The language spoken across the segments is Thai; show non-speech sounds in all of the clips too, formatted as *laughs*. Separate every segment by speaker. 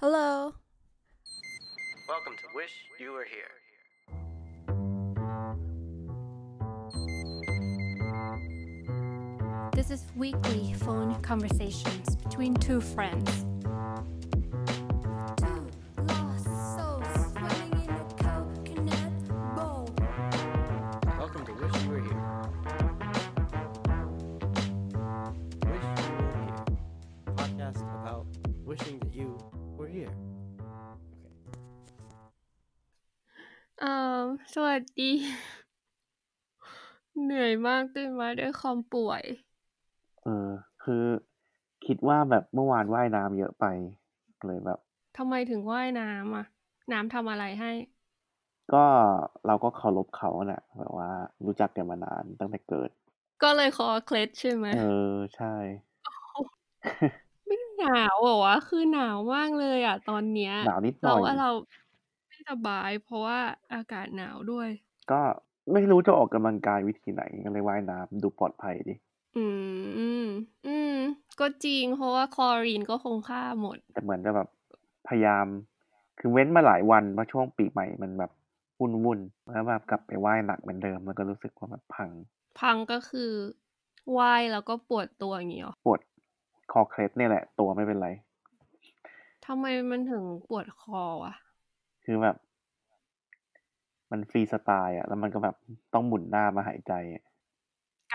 Speaker 1: Hello.
Speaker 2: Welcome to Wish You Were Here.
Speaker 1: This is weekly phone conversations between two friends. Two lost souls swimming in a coconut bowl.
Speaker 2: Welcome to Wish You Were Here. Wish You Were Here. Podcast about wishing that you were here.
Speaker 3: เอ่อสวัสดี *laughs* เหนื่อยมากตื่นมาด้วยความป่วย
Speaker 4: เออคือคิดว่าแบบเมื่อวานว่ายน้ำเยอะไป เลยแบบ
Speaker 3: ทำไมถึงว่ายน้ำอ่ะ น้ำทำอะไรให้
Speaker 4: ก็เราก็เคารพเขาแหละแบบว่ารู้จักกันมานานตั้งแต่เกิด
Speaker 3: ก็เลยคอเคล็ดใช่ไหม
Speaker 4: เออใช่
Speaker 3: *laughs* ไม่หนาวเหรอวะ คือหนาวมากเลยอ่ะ ตอนเนี้ย
Speaker 4: หนาวนิดห
Speaker 3: เรา
Speaker 4: น่อย
Speaker 3: ว่าเราไม่สบาย เพราะว่าอากาศหนาวด้วย
Speaker 4: ก็ไม่รู้จะออกกำลังกายวิธีไหนก็เลยว่ายน้ำดูปลอดภัยดิ
Speaker 3: อืม อืม อืม ก็จริง เพราะว่าคลอรีนก็คงค่าหมด
Speaker 4: แต่เหมือนจะแบบพยายาม คือเว้นมาหลายวันเพราะช่วงปีใหม่มันแบบวุ่นวุ่นๆแล้วแบบกลับไปว่ายหนักเหมือนเดิมมันก็รู้สึกว่ามันพัง
Speaker 3: พังก็คือว่ายแล้วก็ปวดตัวอย่างงี้เหรอ
Speaker 4: ปวดคอเคล็ดเนี่ยแหละ ตัวไม่เป็นไร
Speaker 3: ทำไมมันถึงปวดคอวะ
Speaker 4: คือแบบ มันฟรีสไตล์อะแล้วมันก็แบบต้องหมุนหน้ามาหายใจอะ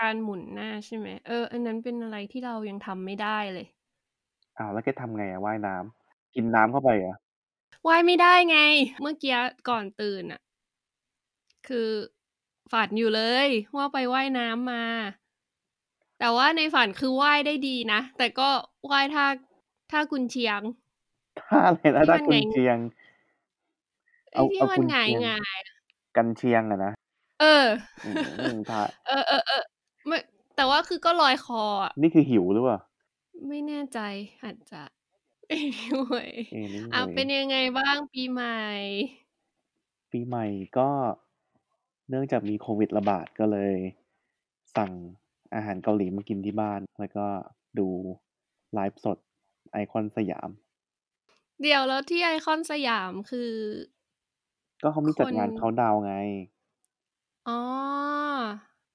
Speaker 3: การหมุนหน้าใช่ไหมเออ อันนั้นเป็นอะไรที่เรายังทำไม่ได้เลย
Speaker 4: อ้าวแล้วแกทำไงอะว่ายน้ำกินน้ำเข้าไปเหรอะ *laughs*
Speaker 3: ว่ายไม่ได้ไง เมื่อกี้ก่อนตื่นอะคือฝันอยู่เลย ว่าไปว่ายน้ำมา แต่ว่าในฝันคือว่ายได้ดีนะ แต่ก็ว่ายท่าท่ากุนเชียง
Speaker 4: ท่าอะไรนะ
Speaker 3: ที่
Speaker 4: ท่า
Speaker 3: มัน
Speaker 4: กุ
Speaker 3: ไง
Speaker 4: นเชียง
Speaker 3: ไอ้ที่มัน
Speaker 4: กุน
Speaker 3: หงาย
Speaker 4: ชี
Speaker 3: หงาย
Speaker 4: กันเชียงอะนะ
Speaker 3: เออ
Speaker 4: อืมท่า
Speaker 3: เออเออเออไม่แต่ว่าคือก็ลอยคออะ
Speaker 4: นี่คือหิวหรือเปล่า
Speaker 3: ไม่แน่ใจอาจจะ *laughs* เว้ย
Speaker 4: เอ้ยนี่
Speaker 3: อ่ะ
Speaker 4: เลย
Speaker 3: เป็นยังไงบ้างปีใหม่
Speaker 4: ปีใหม่ก็เนื่องจากมีโควิดระบาดก็เลย สั่งอาหารเกาหลีมากินที่บ้าน แล้วก็ดูไลฟ์สดไอคอนสยาม
Speaker 3: เดี๋ยวแล้วที่ไอคอนสยามคือ
Speaker 4: ก็เขามีจัดงาน
Speaker 3: คน
Speaker 4: เขาดาวน์ไง
Speaker 3: อ๋อ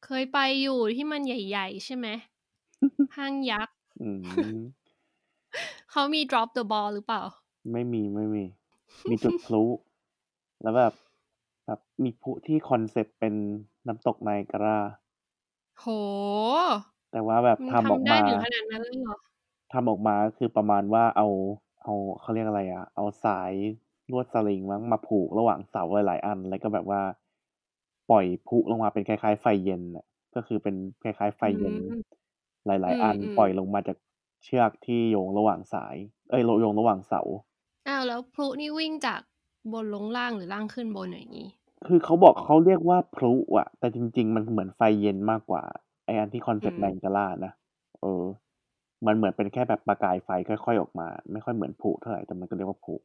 Speaker 3: เคยไปอยู่ที่มันใหญ่ๆ ใช่
Speaker 4: *laughs*
Speaker 3: ไหม ห้างยักษ์
Speaker 4: อืม
Speaker 3: เขามี drop the ball หรือเปล่า
Speaker 4: ไม่มีไม่
Speaker 3: *laughs*
Speaker 4: มี มีจุดพลุ แล้วแบบแบบมีพลุที่คอนเซปต์เป็นน้ำตกไนการา
Speaker 3: โห
Speaker 4: แต่ว่าแบบ
Speaker 3: มัน
Speaker 4: ทำออก
Speaker 3: ทำได้
Speaker 4: มา
Speaker 3: ถึงขนาดนั้นเลยเหรอ
Speaker 4: ทำออกมาก็คือประมาณว่าเอาเอาเขาเรียกอะไรอะเอาสายลวดสลิงมั้งมาผูกระหว่างเสาหลายๆอัน แล้วก็แบบว่า ปล่อยพลุลงมาเป็นคล้ายๆ ไฟเย็นน่ะก็คือเป็นคล้ายๆ ไฟเย็น
Speaker 3: อืม
Speaker 4: หลาย ๆ อัน
Speaker 3: อืมอืม
Speaker 4: ปล่อยลงมาจากเชือกที่โยงระหว่างสาย เอ้ยโยงระหว่างเสา
Speaker 3: อ้าว แล้วพลุนี่วิ่งจากบนลงล่างหรือล่างขึ้นบนอย่างนี้
Speaker 4: คือเขาบอกเขาเรียกว่าพลุอะแต่จริง ๆ มันเหมือนไฟเย็นมากกว่า ไออันที่คอนเซ็ปต์
Speaker 3: อืม
Speaker 4: แรงกาล่านะเออ มันเหมือนเป็นแค่แบบประกายไฟค่อยๆออกมา ไม่ค่อยเหมือนพลุเท่าไหร่แต่มันก็เรียกว่าพลุ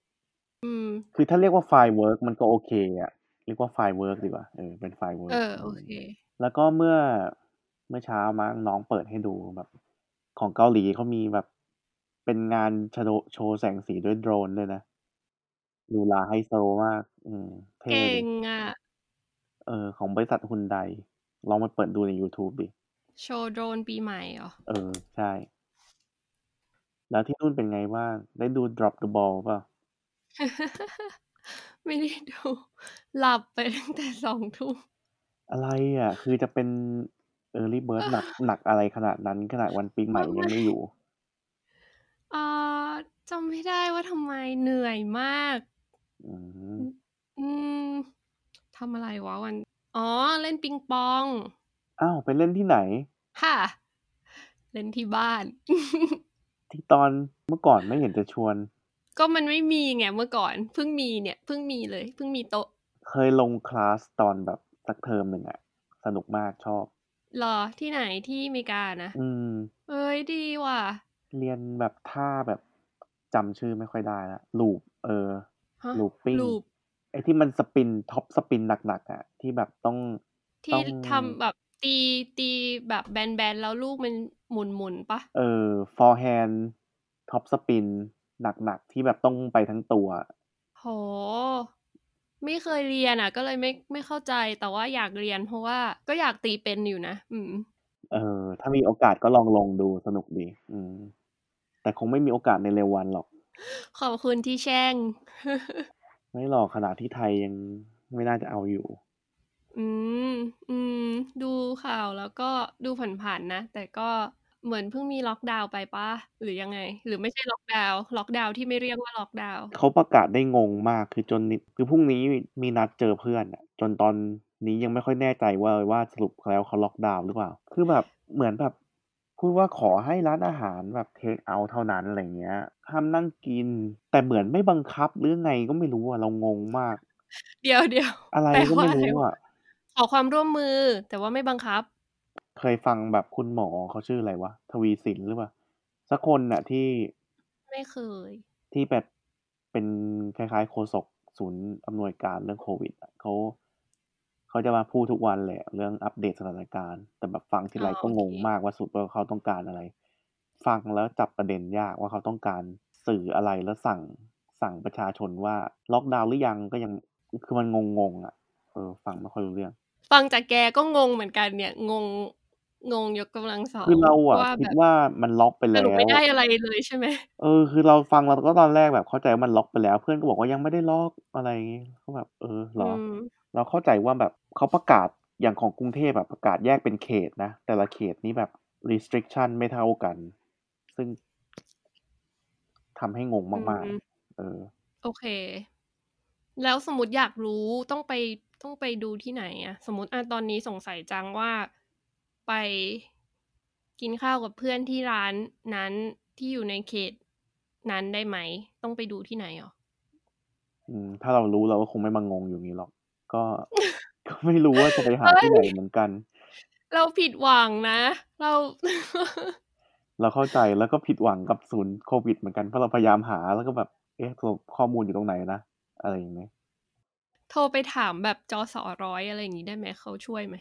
Speaker 3: อืม
Speaker 4: คือถ้าเรียกว่าไฟเวิร์กมันก็โอเคอะเรียกว่าไฟเวิร์กดีกว่าเออเป็นไฟเวิร์ก
Speaker 3: เออ โอเค
Speaker 4: แล้วก็เมื่อเมื่อเช้ามั้งน้องเปิดให้ดูแบบ ของเกาหลีเขามีแบบเป็นงานโชว์โชว์แสงสีด้วยโดรนด้วยนะดูลาไฮโซมาก อืมเท่
Speaker 3: เก่
Speaker 4: ดี
Speaker 3: งอ่ะ
Speaker 4: เออของบริษัทฮุนไดลองมาเปิดดูใน YouTube ดิ
Speaker 3: โชว์โดรนปีใหม่เหรอ *laughs*
Speaker 4: เออ ใช่ แล้วที่นู่นเป็นไงบ้างได้ดู drop the ball ป่ะ
Speaker 3: ไม่ได้ดู หลับไปตั้งแต่สองทุ่ม
Speaker 4: อะไรอ่ะ คือจะเป็น early bird *sighs* หนัก หนักอะไรขนาดนั้น ขนาดวันปีใหม่ยังไม่อยู่
Speaker 3: เอ่อจำไม่ได้ว่าทำไมเหนื่อยมาก
Speaker 4: อืม
Speaker 3: อืมทำอะไรวะวัน อ๋อ เล่นปิงปอง
Speaker 4: อ้าว ไปเล่นที่ไหน
Speaker 3: ค่ะ เล่นที่บ้าน *laughs*
Speaker 4: ที่ตอนเมื่อก่อนไม่เห็นจะชวน
Speaker 3: ก็มันไม่มีไงเมื่อก่อน เพิ่งมีเนี่ย เพิ่งมีเลย เพิ่งมีโต๊ะ
Speaker 4: เคยลงคลาสตอนแบบสักเทอมหนึ่งอ่ะ สนุกมากชอบ
Speaker 3: รอที่ไหนที่อเมริกานะ
Speaker 4: อืม
Speaker 3: เอ้ยดีว่ะ
Speaker 4: เรียนแบบท่าแบบจำชื่อไม่ค่อยได้ละลูปเออ
Speaker 3: ฮะ
Speaker 4: looping
Speaker 3: ลูป
Speaker 4: ไอ้ที่มันสปินท็อปสปินหนักๆอ่ะ ที่แบบต้อง ต้
Speaker 3: ที่
Speaker 4: อง
Speaker 3: ทำแบบตีตีแบบแบนๆแล้วลูกมันหมุนๆปะ
Speaker 4: เอ่อ forehand top spin หนักๆที่แบบต้องไปทั้งตัว
Speaker 3: โห ไม่เคยเรียนอ่ะ ก็เลยไม่ไม่เข้าใจแต่ว่าอยากเรียน เพราะว่าก็อยากตีเป็นอยู่นะอืม
Speaker 4: เออ ถ้ามีโอกาสก็ลองลงดูสนุกดี อืม แต่คงไม่มีโอกาสในเร็ววันหรอก
Speaker 3: ขอบคุณที่แช่ง
Speaker 4: ไม่หรอกขนาดที่ไทยยังไม่น่าจะเอาอยู่
Speaker 3: อืม อืม ดูข่าวแล้วก็ดูผ่านๆนะ แต่ก็เหมือนเพิ่งมีล็อกดาวน์ไปปะหรือยังไง หรือไม่ใช่ล็อกดาวน์ล็อกดาวน์ที่ไม่เรียกว่าล็อก
Speaker 4: *laughs*
Speaker 3: ดาวน์
Speaker 4: เขาประกาศได้งงมากคือจนนิดคือพรุ่งนี้มีนัดเจอเพื่อนอะจนตอนนี้ยังไม่ค่อยแน่ใจว่าว่าสรุปแล้วเขาล็อกดาวน์หรือเปล่า คือแบบเหมือนแบบพูดว่าขอให้ร้านอาหารแบบเทคเอาเท่านั้นอะไรเงี้ยห้ามนั่งกิน แต่เหมือนไม่บังคับหรือไงก็ไม่รู้อะเรางงมาก
Speaker 3: เดี๋ยวเดี๋ยว
Speaker 4: อะไร
Speaker 3: แปล
Speaker 4: ก็
Speaker 3: ว่า
Speaker 4: ไม่
Speaker 3: อะไร
Speaker 4: รู้
Speaker 3: วะ
Speaker 4: อะ
Speaker 3: *laughs* ขอความร่วมมือ แต่ว่าไม่บังคับ
Speaker 4: เคยฟังแบบคุณหมอเขาชื่ออะไรวะทวีสินหรือเปล่าสักคนน่ะที่
Speaker 3: ไม่เคย
Speaker 4: ที่แบบเป็นคล้ายๆโฆษกศูนย์อำนวยการเรื่องโควิดอะเขาเขาจะมาพูดทุกวันแหละเรื่องอัปเดตสถานการณ์ แต่แบบฟังทีไร
Speaker 3: อ๋อ
Speaker 4: ก็งง
Speaker 3: โอเค
Speaker 4: มากว่าสุดว่าเขาต้องการอะไร ฟังแล้วจับประเด็นยากว่าเขาต้องการสื่ออะไรแล้วสั่งสั่งประชาชนว่าล็อกดาวน์หรือยังก็ยังคือมันงงๆอ่ะเออฟังไม่ค่อยรู้เรื่อง
Speaker 3: ฟังจากแกก็งงเหมือนกันเนี่ย งง งงยกกำลังสอง
Speaker 4: คือเราอ่ะ
Speaker 3: ว่า
Speaker 4: คิ
Speaker 3: แบ
Speaker 4: ด
Speaker 3: บ
Speaker 4: ว่ามันล็อกไป
Speaker 3: ส
Speaker 4: แล้
Speaker 3: รุปไม่
Speaker 4: ว
Speaker 3: ได้อะไรเลยใช่ไหม
Speaker 4: เออคือเราฟังเราก็ตอนแรกแบบเข้าใจว่ามันล็อกไปแล้ว เพื่อนก็บอกว่ายังไม่ได้ล็อกอะไรอย่างงี้ก็แบบเออเหรออ
Speaker 3: ม
Speaker 4: เราเข้าใจว่าแบบเขาประกาศอย่างของกรุงเทพแบบประกาศแยกเป็นเขตนะ แต่ละเขตนี่แบบ restriction ไม่เท่ากัน ซึ่งทำให้งงมาก
Speaker 3: อืม
Speaker 4: ๆ เออ
Speaker 3: โอเค แล้วสมมติอยากรู้ต้องไปต้องไปดูที่ไหนอะสมมติอ่ะตอนนี้สงสัยจังว่าไปกินข้าวกับเพื่อนที่ร้านนั้นที่อยู่ในเขตนั้นได้ไหม ต้องไปดูที่ไหนอ๋อ
Speaker 4: อืม ถ้าเรารู้เราก็คงไม่มางงอยู่นี้หรอก ก็ *laughs* ก็ไม่รู้ว่าจะไปหาที่ไหนเหมือนกัน
Speaker 3: เราผิดหวังนะ เรา
Speaker 4: เราเข้าใจแล้วก็ผิดหวังกับศูนย์โควิดเหมือนกันเพราะเราพยายามหาแล้วก็แบบเอ๊ะสรุปข้อมูลอยู่ตรงไหนนะอะไรอย่างเงี้ย
Speaker 3: *laughs* โทรไปถามแบบจอสอร้อยอะไรอย่างนี้ได้ไหมเขาช่วยไหม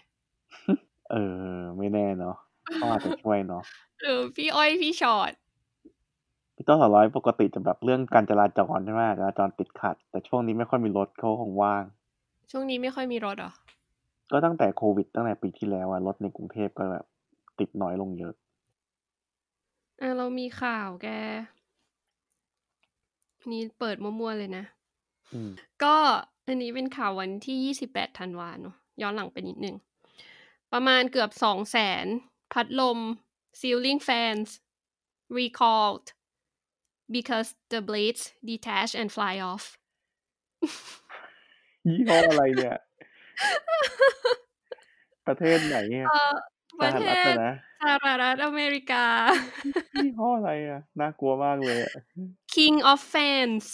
Speaker 4: เออ ไม่แน่เนาะเขาอาจจะช่วยเนาะ
Speaker 3: หรือพี่อ้อยพี่ชอต
Speaker 4: พี่ต้นสาวร้อยปกติจะแบบเรื่องการจราจรใช่ไหมจราจรติดขัด แต่ช่วงนี้ไม่ค่อยมีรถเขาคงว่าง
Speaker 3: ช่วงนี้ไม่ค่อยมีรถเหรอ
Speaker 4: ก็ตั้งแต่โควิดตั้งแต่ปีที่แล้วอะรถในกรุงเทพก็แบบติดน้อยลงเยอะ
Speaker 3: อ่ะเรามีข่าวแก นี่เปิดมั่วๆเลยนะ
Speaker 4: อืม
Speaker 3: ก็อันนี้เป็นข่าววันที่ 28 ธันวาเนอะย้อนหลังไปนิดนึง ประมาณเกือบ 2 แสน พัดลม ceiling fans recalled because the blades detach and fly off
Speaker 4: ยี่ห้ออะไรเนี่ย ประเทศไหนเนี่ย
Speaker 3: เอ่อประเท
Speaker 4: สห
Speaker 3: ศ
Speaker 4: ฐอนะ
Speaker 3: สหรัฐอเมริกา
Speaker 4: ยี่ห้ออะไรอะน่ากลัวมากเลยอะ
Speaker 3: king of fans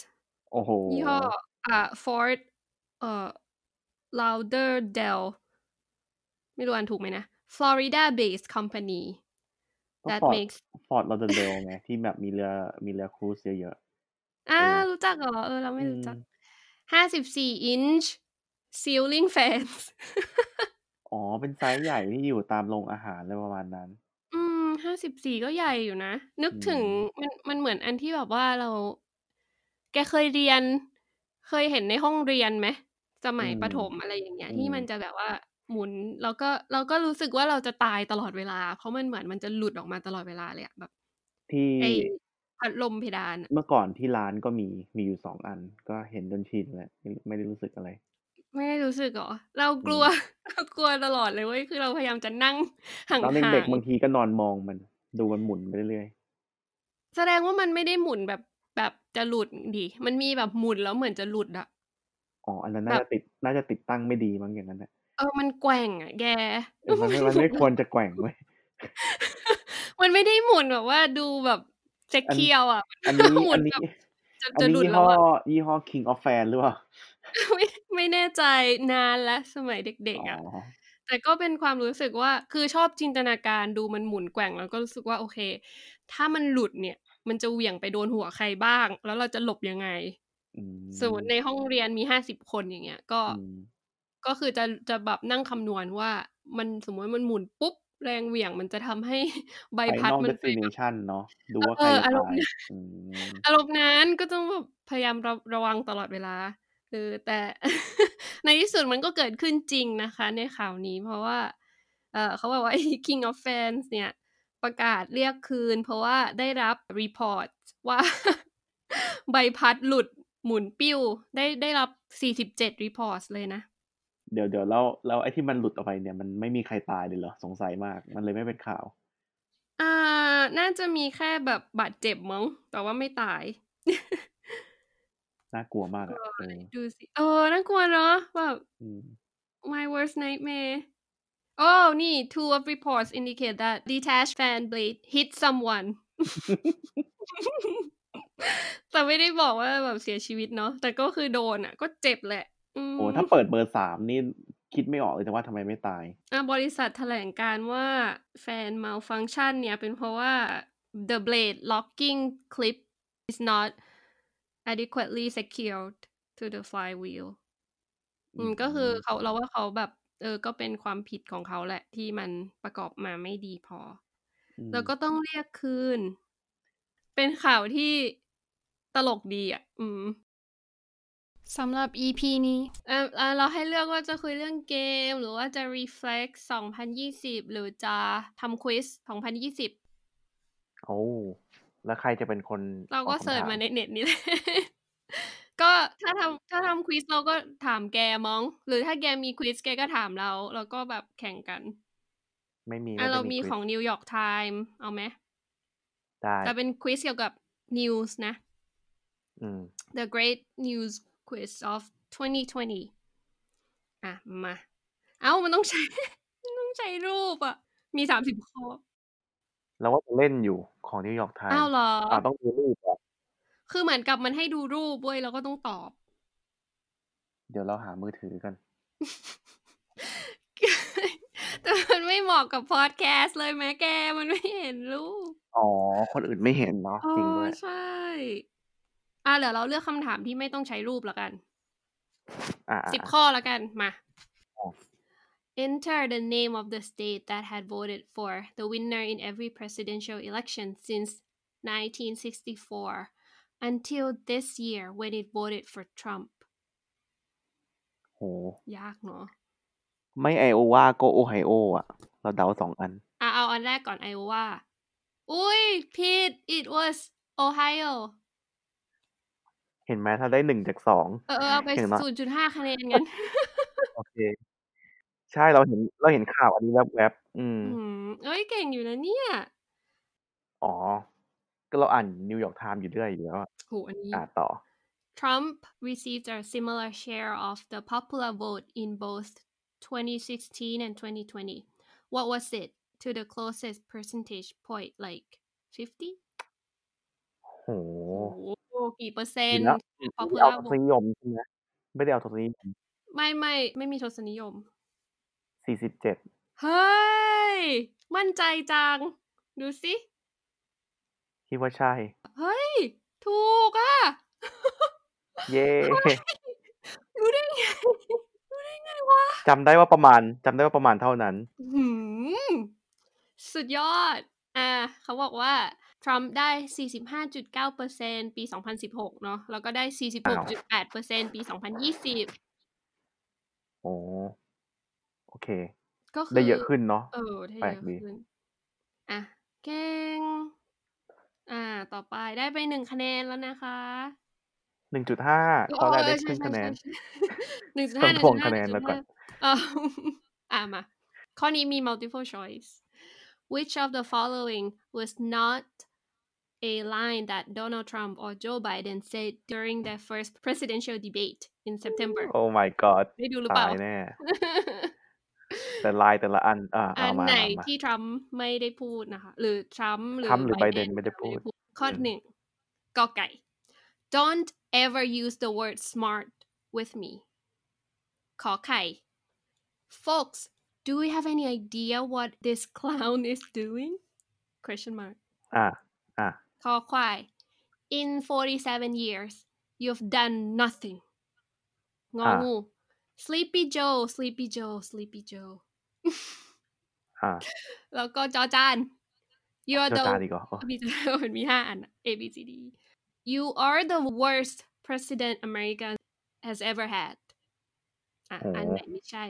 Speaker 4: โอ้โห
Speaker 3: ยี่ห้ออ่า Ford เอ่อ Lauderdale ไม่รู้อ่านถูกไหมนะ Florida based company
Speaker 4: ก็
Speaker 3: that
Speaker 4: ฟอร์ด
Speaker 3: makes
Speaker 4: ฟอร์ดลอเดนเดลไงที่แบบมีเรือมีเรือครูซเยอะ
Speaker 3: อ่า
Speaker 4: เออ
Speaker 3: รู้จักเหรอ เออ เราไม่
Speaker 4: อืม
Speaker 3: รู้จัก ห้าสิบสี่ inch ceiling fans *laughs*
Speaker 4: ๆอ๋อเป็นไซส์ใหญ่ที่อยู่ตามโรงอาหารอะไรประมาณนั้น
Speaker 3: อืมห้าสิบสี่ก็ใหญ่อยู่นะ นึก
Speaker 4: อืม
Speaker 3: ถึงมันมันเหมือนอันที่แบบว่าเรา แกเคยเรียน เคยเห็นในห้องเรียนไหม สมัยประถมอะไรอย่างเงี้ย ที่มันจะแบบว่าหมุน แล้วก็เราก็รู้สึกว่าเราจะตายตลอดเวลา เพราะมันเหมือนมันจะหลุดออกมาตลอดเวลาเลยอะแบบ
Speaker 4: ที่
Speaker 3: ไอ้พัดลมเพดานอะ
Speaker 4: เมื่อก่อนที่ร้านก็มีมีอยู่สองอัน ก็เห็นจนชินแล้วไม่ไม่ได้รู้สึกอะไร
Speaker 3: ไม่ได้รู้สึกเหรอ เรากลัว *laughs* เรากลัวตลอดเลยเว้ย คือเราพยายามจะนั่งห่าง
Speaker 4: ตอน
Speaker 3: ๆ
Speaker 4: เด็กๆบางทีก็นอนมองมัน ดูมันหมุนไปเรื่อย
Speaker 3: แสดงว่ามันไม่ได้หมุนแบบแบบจะหลุดดิ มันมีแบบหมุนแล้วเหมือนจะหลุดอะ
Speaker 4: ๆอ๋ออันนั้นน่าจะติดน่าจะติดตั้งไม่ดีมั้งอย่าง
Speaker 3: *laughs*
Speaker 4: นั้นแหละ
Speaker 3: เออ มันแกว่งอะแก
Speaker 4: เออมันไม่มันไม่ควรจะแกว่งเว้ย
Speaker 3: *laughs* มันไม่ได้หมุนแบบว่าดูแบบเซ็ก
Speaker 4: อัน
Speaker 3: เคียวอะ
Speaker 4: อันนี้
Speaker 3: หมุ
Speaker 4: อั
Speaker 3: น
Speaker 4: นนี้
Speaker 3: แบบ จะ
Speaker 4: อัน
Speaker 3: จะ
Speaker 4: นี้
Speaker 3: หลุด
Speaker 4: ยี่
Speaker 3: แล้
Speaker 4: ห้
Speaker 3: ว
Speaker 4: อ
Speaker 3: อะ
Speaker 4: ยี่ห้อ King of Fan หรือเปล่า
Speaker 3: ไม่ไม่แน่ใจนานละสมัยเด็กๆอะ
Speaker 4: อ๋อ
Speaker 3: แต่ก็เป็นความรู้สึกว่าคือชอบจินตนาการดูมันหมุนแกว่งแล้วก็รู้สึกว่าโอเค ถ้ามันหลุดเนี่ย มันจะเหวี่ยงไปโดนหัวใครบ้าง แล้วเราจะหลบยังไง
Speaker 4: อืม
Speaker 3: สมมติในห้องเรียนมีห้าสิบคนอย่างเงี้ย ก็
Speaker 4: อืม
Speaker 3: ก็คือจะจะแบบนั่งคำนวณว่ามันสมมติมันหมุนปุ๊บ แรงเหวี่ยงมันจะทำให้ *laughs* ใบพัด
Speaker 4: นอก
Speaker 3: มันไปกับ
Speaker 4: destination เนาะดูว่า
Speaker 3: เอ
Speaker 4: ใคร
Speaker 3: ออารมณ์
Speaker 4: ตายอืม
Speaker 3: อารมณ์นั้นก็ต้องแบบพยายามระระวังตลอดเวลาเออแต่ *laughs* ในที่สุดมันก็เกิดขึ้นจริงนะคะ ในข่าวนี้เพราะว่า เออเขาบอก *laughs* ว่าไอ้ King of Fans เนี่ย ประกาศเรียกคืน เพราะว่าได้รับรีพอร์ตว่า *laughs* ใบพัดหลุดหมุนปิ้ว ได้ได้รับ 47 รีพอร์ตเลยนะ
Speaker 4: เดี๋ยวเดี๋ยวแล้วแล้วไอ้ที่มันหลุดออกไปเนี่ยมันไม่มีใครตายเลยเหรอสงสัยมาก มันเลยไม่เป็นข่าว
Speaker 3: อ่า น่าจะมีแค่แบบบาดเจ็บมั้งแต่ว่าไม่ตาย *laughs*
Speaker 4: น่ากลัวมากอะเออ
Speaker 3: ดูสิ เออ น่ากลัวเนาะแบบ
Speaker 4: อืม
Speaker 3: My worst nightmare. Oh, นี่ two of reports indicate that detached fan blade hit someone. *laughs* แต่ไม่ได้บอกว่าแบบเสียชีวิตเนาะ แต่ก็คือโดนอ่ะ ก็เจ็บแหละอืม
Speaker 4: โอ้ถ้าเปิดเบอร์สามนี่คิดไม่ออกเลยแต่ว่าทำไมไม่ตาย
Speaker 3: อ่ะบริษัทแถลงการว่าแฟน malfunction เนี่ยเป็นเพราะว่า the blade locking clip is not adequately secured to the flywheel อืมก็คือเขาเราว่าเขาแบบเออก็เป็นความผิดของเขาแหละที่มันประกอบมาไม่ดีพอ
Speaker 4: อืม
Speaker 3: แล้วก็ต้องเรียกคืน เป็นข่าวที่ตลกดีอ่ะ อืม
Speaker 5: สำหรับ EP นี้
Speaker 3: เอ่อเอ่อเราให้เลือกว่าจะคุยเรื่องเกม หรือว่าจะ reflex 2020 หรือจะทำ quiz 2020
Speaker 4: โอ้แล้วใครจะเป็นคน
Speaker 3: เราก็
Speaker 4: อคำ
Speaker 3: เสิร์ช
Speaker 4: ถ
Speaker 3: มาในเน็ตนี่แหละ *laughs* ก็ถ้าทำถ้าทำ quiz เราก็ถามแกมอง หรือถ้าแกมี quiz แกก็ถามเรา แล้วก็แบบแข่งกัน
Speaker 4: ไม่มี
Speaker 3: อ่ะ
Speaker 4: ก็
Speaker 3: เรา
Speaker 4: จะ
Speaker 3: มี
Speaker 4: ควิ
Speaker 3: ข
Speaker 4: ซ
Speaker 3: อง New York Time เอาไหม
Speaker 4: ได้
Speaker 3: แต่เป็นควิสเกี่ยวกับ news นะ
Speaker 4: อืม
Speaker 3: The Great News Quiz of 2020 อ่ะ มา เอ้า มันต้องใช้ *laughs* มันต้องใช้รูปอ่ะ มี 30 ข้อ
Speaker 4: เราว่าจะเล่นอยู่ของนิวยอร์กไทม์
Speaker 3: อ้าวเหรอ
Speaker 4: อ่าต้องดูรูปเหรอ
Speaker 3: คือเหมือนกับมันให้ดูรูปเว้ยแล้วก็ต้องตอบ *laughs*
Speaker 4: เดี๋ยวเราหามือถือกัน
Speaker 3: แต่มันไม่เหมาะกับพอดแคสต์เลยแม้แก มันไม่เห็นรูป
Speaker 4: อ๋อ คนอื่นไม่เห็นเนาะ
Speaker 3: อ๋อ
Speaker 4: จริงด้วย
Speaker 3: ใช่ อ่ะ เดี๋ยวเราเลือกคำถามที่ไม่ต้องใช้รูปแล้วกัน
Speaker 4: อ่า
Speaker 3: สิบข้อแล้วกัน มา
Speaker 4: ครับ
Speaker 3: Enter the name of the state that had voted for the winner in every presidential election since 1964 until this year when it voted for Trump
Speaker 4: โห
Speaker 3: ยากเนอะ
Speaker 4: ไม่ไอโอวาก็โอไฮโออ่ะ เราเดาสองอัน
Speaker 3: อ่ะ เอาอันแรกก่อนไอโอวาอุ้ยผิด it was Ohio
Speaker 4: เห็นไหมถ้าได้หนึ่งจากสอง
Speaker 3: เออเออเอาไป
Speaker 4: เห็นปะ
Speaker 3: 0.5 คะแนนงั้น
Speaker 4: โอเค ใช่เราเห็นเราเห็นข่าวอันนี้แวบๆอืม
Speaker 3: อืมเอ้ย เก่งอยู่นะเนี่ย
Speaker 4: อ๋อ ก็เราอ่านนิวยอร์กไทม์อยู่เรื่อยอยู่แล้วอะ
Speaker 3: โหอันนี้
Speaker 4: อ่าต่อ
Speaker 3: Trump received a similar share of the popular vote in both 2016 and 2020. What was it to the closest percentage point? Like 50?
Speaker 4: โห
Speaker 3: โอ้โหกี่เปอร์เซ็น
Speaker 4: กิน
Speaker 3: ต์
Speaker 4: แล้
Speaker 3: popular
Speaker 4: วไม่ได้เอาทศ
Speaker 3: vote
Speaker 4: นิยมใช่ไหมไม่ได้เอาทศนิยม
Speaker 3: ไม่ไม่ไม่มีทศนิยม
Speaker 4: สี่สิบเจ็ด
Speaker 3: เฮ้ย มั่นใจจัง ดูสิ
Speaker 4: คิดว่าใช่
Speaker 3: เฮ้ย ถูกอ่ะ
Speaker 4: เย่
Speaker 3: *laughs* รู้ได้ไง *laughs* รู้ได้ไงวะ
Speaker 4: จำได้ว่าประมาณจำได้ว่าประมาณเท่านั้น
Speaker 3: หืมสุดยอด อ่า เขาบอกว่า ทรัมป์ได้ 45.9%ปี 2016 เนอะ แล้วก็ได้ 46.8%ปี 2020
Speaker 4: โอ้โอเค
Speaker 3: ก็คื
Speaker 4: ได้เยอะขึ้นเนาะ
Speaker 3: เออ ได้
Speaker 4: แปล
Speaker 3: เย
Speaker 4: ก
Speaker 3: อะ
Speaker 4: ดี
Speaker 3: ขึ้น อ่ะ เก่ง อ่า ต่อไปได้ไปหนึ่งคะแนนแล้วนะคะ
Speaker 4: หนึ่งจุดห้าตอนแรกได้ครึ่งคะแนน
Speaker 3: *laughs* หนึ่งจุด
Speaker 4: ต้
Speaker 3: ห้า
Speaker 4: องทวงคะแนนแล้วก่อน
Speaker 3: *laughs* อ่าอ่ะมา ข้อนี้มี multiple choice which of the following was not a line that Donald Trump or Joe Biden said during their first presidential debate in September
Speaker 4: โอ้ my god
Speaker 3: ได้ดูหรือเป
Speaker 4: ตา
Speaker 3: ล่า
Speaker 4: ยแน่
Speaker 3: *laughs*
Speaker 4: แต่ลายแต่ละอัน อ่า
Speaker 3: อั
Speaker 4: เอา
Speaker 3: น
Speaker 4: มา
Speaker 3: ไหน
Speaker 4: เอามา
Speaker 3: ที่ทรัมป์ไม่ได้พูดนะคะ หรือทรัมป์หรือ
Speaker 4: Trump หรือ
Speaker 3: Biden
Speaker 4: Biden ไม่ได้พูด
Speaker 3: ข้อหนึ่งกอไก่ don't ever use the word smart with me ขอไข่ folks do we have any idea what this clown is doing question mark
Speaker 4: อ่า
Speaker 3: ขอควาย in 47 years you've done nothing งองู sleepy joe sleepy joe sleepy joe
Speaker 4: อ่า
Speaker 3: แล้วก็จอจาน you are
Speaker 4: เจ้า
Speaker 3: the
Speaker 4: ตาดีกว่าโอ้
Speaker 3: มี *laughs* มันมีห้าอันอะ A B C D you are the worst president America has ever had อ่ะอันไหนไม่ใช่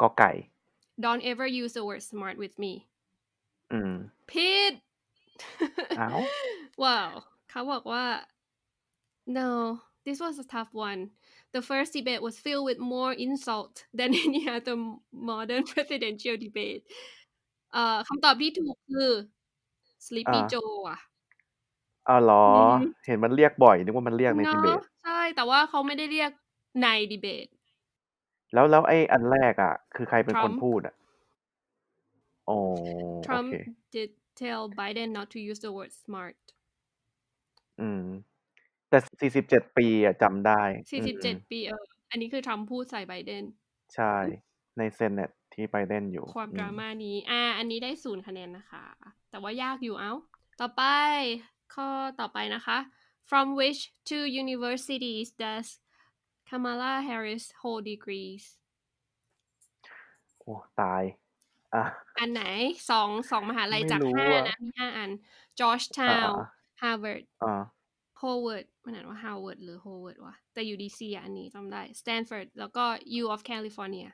Speaker 4: ก็ไก่
Speaker 3: don't ever use the word smart with me
Speaker 4: อืม
Speaker 3: ผิด
Speaker 4: อ้าว
Speaker 3: *laughs* ว้าวเขาบอกว่า no this was a tough one the first debate was filled with more insult than *laughs* any other modern *laughs* presidential debate เอ่อคำตอบที่ถูกคือ sleepy
Speaker 4: อ่า
Speaker 3: joe อ่ะ
Speaker 4: อ้าวเหรอ
Speaker 3: อืม
Speaker 4: เห็นมันเรียกบ่อย นึกว่ามันเรียกในทิเบต
Speaker 3: อะใช่ แต่ว่าเขาไม่ได้เรียกในดีเบต
Speaker 4: แล้วแล้วไอ้อันแรกอ่ะ คือใครเป็นคน
Speaker 3: Trump
Speaker 4: พูดอ่ะ โอ้ โอ
Speaker 3: Trump
Speaker 4: เค
Speaker 3: did tell Biden not to use the word smart
Speaker 4: อืม แต่สี่สิบเจ็ดปีอ่ะจำได้อืม
Speaker 3: 47 ปีเอออันนี้คือทรัมป์พูดใส่ไบเดน
Speaker 4: ใช่ ในเซนเนตที่ไปเล่นอยู่
Speaker 3: ความ
Speaker 4: อื
Speaker 3: ดราม่านี้ อ่า อันนี้ได้ศูนย์คะแนนนะคะ แต่ว่ายากอยู่เอ้า ต่อไป ข้อต่อไปนะคะ from which two universities does Kamala Harris hold degrees
Speaker 4: โอ้ตาย อ่ะ
Speaker 3: อันไหนสองสองมหาลัย
Speaker 4: ไม่
Speaker 3: จาก
Speaker 4: รู้
Speaker 3: ห้า
Speaker 4: อะ
Speaker 3: นะ มีห้าอัน Georgetown
Speaker 4: อ่า
Speaker 3: Harvard
Speaker 4: อ่า
Speaker 3: Howard มันอ่านว่า Howard หรือ Howard วะ แต่อยู่ DC อ่ะอันนี้จำได้ Stanford แล้วก็ U of California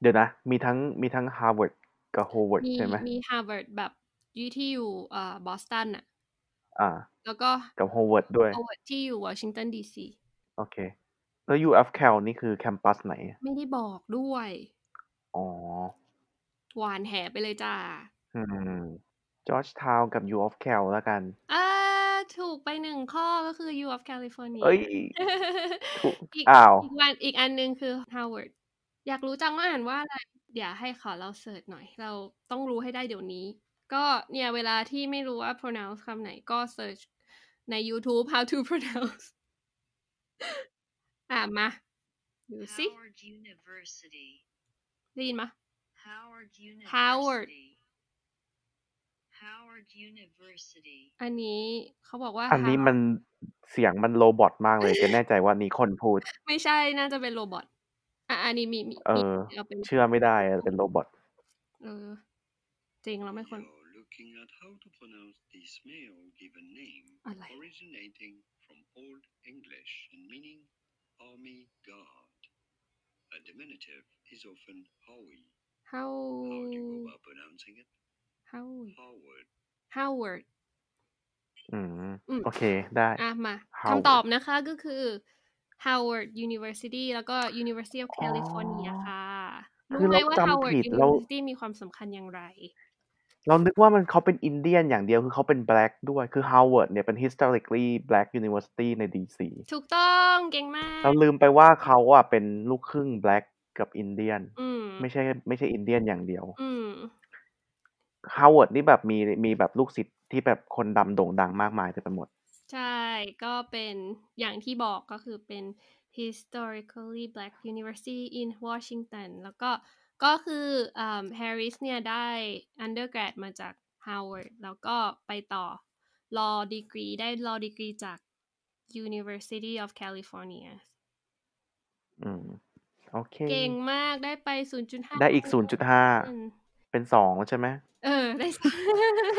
Speaker 4: เดี๋ยวนะ มีทั้งมีทั้งฮาร์วาร์ดกับโฮวาร์ด
Speaker 3: มี
Speaker 4: ใช่ไหม
Speaker 3: มี Harvard แบบอยู่ที่อยู่เอ่อบอสตันอ่ะ
Speaker 4: อ่า
Speaker 3: แล้วก็
Speaker 4: กับโฮวาร์ดด้วย
Speaker 3: Howard ที่อยู่วอชิงตัน DC
Speaker 4: โอเค แล้ว UFCal นี่คือแคมปัสไหน
Speaker 3: ไม่ได้บอกด้วย
Speaker 4: อ๋อ
Speaker 3: หวานแหไปเลยจ้า
Speaker 4: อืมจอร์จทาวน์กับ U of Cal แล้วกัน
Speaker 3: อ่าถูกไปหนึ่งข้อก็คือ U of California
Speaker 4: เอ้ย ถูก
Speaker 3: อีก
Speaker 4: อ้าว
Speaker 3: อีกวันอีกอันหนึงคือ Howard อยากรู้จังว่าอ่านว่าอะไร เดี๋ยวให้ขอเราเสิร์ชหน่อย เราต้องรู้ให้ได้เดี๋ยวนี้ ก็เนี่ยเวลาที่ไม่รู้ว่า pronounce คำไหนก็ search ใน YouTube how to *laughs* pronounce อ่ามา ดูสิ
Speaker 6: Howard University.
Speaker 3: ได้ยินมะ
Speaker 6: Howard University.
Speaker 3: Howard.
Speaker 6: Howard University.
Speaker 3: อันนี้เขาบอกว่า
Speaker 4: อันนี้
Speaker 3: Howard
Speaker 4: มันเสียงมันโรบอทมาก
Speaker 3: *laughs*
Speaker 4: เลย จะแน่ใจว่านี่คนพูด
Speaker 3: ไม่ใช่น่าจะเป็นโรบอทอ่ะอันนี้มีมี
Speaker 4: เอ
Speaker 3: มี
Speaker 4: อ
Speaker 3: เอาเป็น
Speaker 4: เชื่อไม่ได้อะเป็นโรบอท
Speaker 3: เออ จริงเราไม่ควร
Speaker 7: You're looking at how to pronounce the smell given name
Speaker 3: I like it.
Speaker 7: originating from Old English and meaning army guard. A diminutive is often howie.
Speaker 3: how
Speaker 7: How do you
Speaker 3: Oh.
Speaker 7: go about pronouncing it?
Speaker 3: how
Speaker 7: Howard.
Speaker 3: Howard
Speaker 4: อืม
Speaker 3: อืม
Speaker 4: โอเคได้
Speaker 3: อ่ะมา
Speaker 4: Howard
Speaker 3: คำตอบนะคะก็คือ Howard University แล้วก็ University of California
Speaker 4: อ๋อ
Speaker 3: ค่ะ
Speaker 4: คือ
Speaker 3: รู้ไหม
Speaker 4: เรา
Speaker 3: ว่า
Speaker 4: จำ
Speaker 3: Howard
Speaker 4: ผิดเรา
Speaker 3: University มีความสำคัญอย่างไร
Speaker 4: เรานึกว่ามันเขาเป็นอินเดียนอย่างเดียวคือเขาเป็น black ด้วย คือ Howard เนี่ยเป็น historically black university ใน DC
Speaker 3: ถูกต้องเก่งมาก
Speaker 4: เราลืมไปว่าเขาอ่ะเป็นลูกครึ่ง black กับอินเดียน
Speaker 3: อืม
Speaker 4: ไม่ใช่ไม่ใช่อินเดียนอย่างเดียว
Speaker 3: อืม
Speaker 4: ฮาวเวิร์ดนี่แบบมีมีแบบลูกศิษย์ที่แบบคนดำโด่งดังมากมายเต็มไปหมด
Speaker 3: ใช่ก็เป็นอย่างที่บอกก็คือเป็น historically black university in Washington แล้วก็ก็คืออ่า Harris เนี่ยได้ undergrad มาจาก Harvard แล้วก็ไปต่อ law degree ได้ law degree จาก University of California
Speaker 4: อืม โอเค
Speaker 3: เก่งมากได้ไป 0.5
Speaker 4: ได้อีก
Speaker 3: อื
Speaker 4: 0.5
Speaker 3: ม
Speaker 4: เป็นสองใช่ไหม
Speaker 3: เออ ได้